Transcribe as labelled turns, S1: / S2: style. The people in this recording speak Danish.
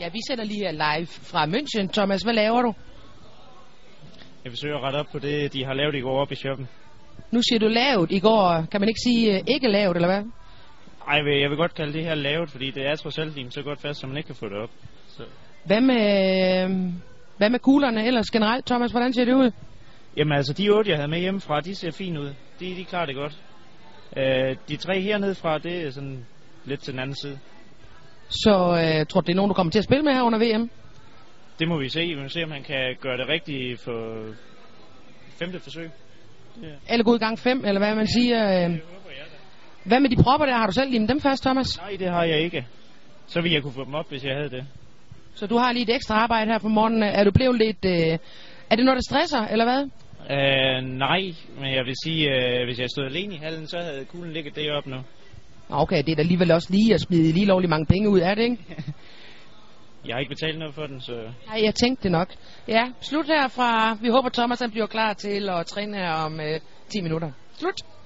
S1: Ja, vi sender lige her live fra München. Thomas, hvad laver du?
S2: Jeg forsøger at rette op på det, de har lavet i går op i shoppen.
S1: Nu siger du lavet i går. Kan man ikke sige øh, ikke lavet, eller hvad?
S2: Ej, jeg vil- jeg vil godt kalde det her lavet, fordi det er trods alt limet så godt fast, som man ikke kan få det op. Så.
S1: Hvad med, øh, hvad med kuglerne ellers generelt, Thomas? Hvordan ser det ud?
S2: Jamen altså, de otte, jeg havde med hjemmefra, de ser fint ud. De, de klarer det godt. Øh, de tre hernede fra, det er sådan lidt til den anden side.
S1: Så øh, tror du, det er nogen, du kommer til at spille med her under VM?
S2: Det må vi se. Vi må se, om han kan gøre det rigtigt for femte forsøg.
S1: Alle gode gang fem, eller hvad man siger. Øh.
S2: håber jeg da.
S1: Hvad med de propper der? Har du selv limet dem fast, Thomas?
S2: Nej, det har jeg ikke. Så ville jeg kunne få dem op, hvis jeg havde det.
S1: Så du har lige et ekstra arbejde her på morgenen. Er du blevet lidt... Øh, er det noget, der stresser, eller hvad?
S2: Øh, nej, men jeg vil sige, øh, hvis jeg stod alene i hallen, så havde kuglen ligget deroppe nu.
S1: Nå, Okay, det er da alligevel også lige at smide lige lovlig mange penge ud, er det ikke?
S2: Jeg har ikke betalt noget for den, så...
S1: Nej, jeg tænkte det nok. Ja, slut herfra. Vi håber, Thomas han bliver klar til at træne her om øh, 10 minutter. Slut.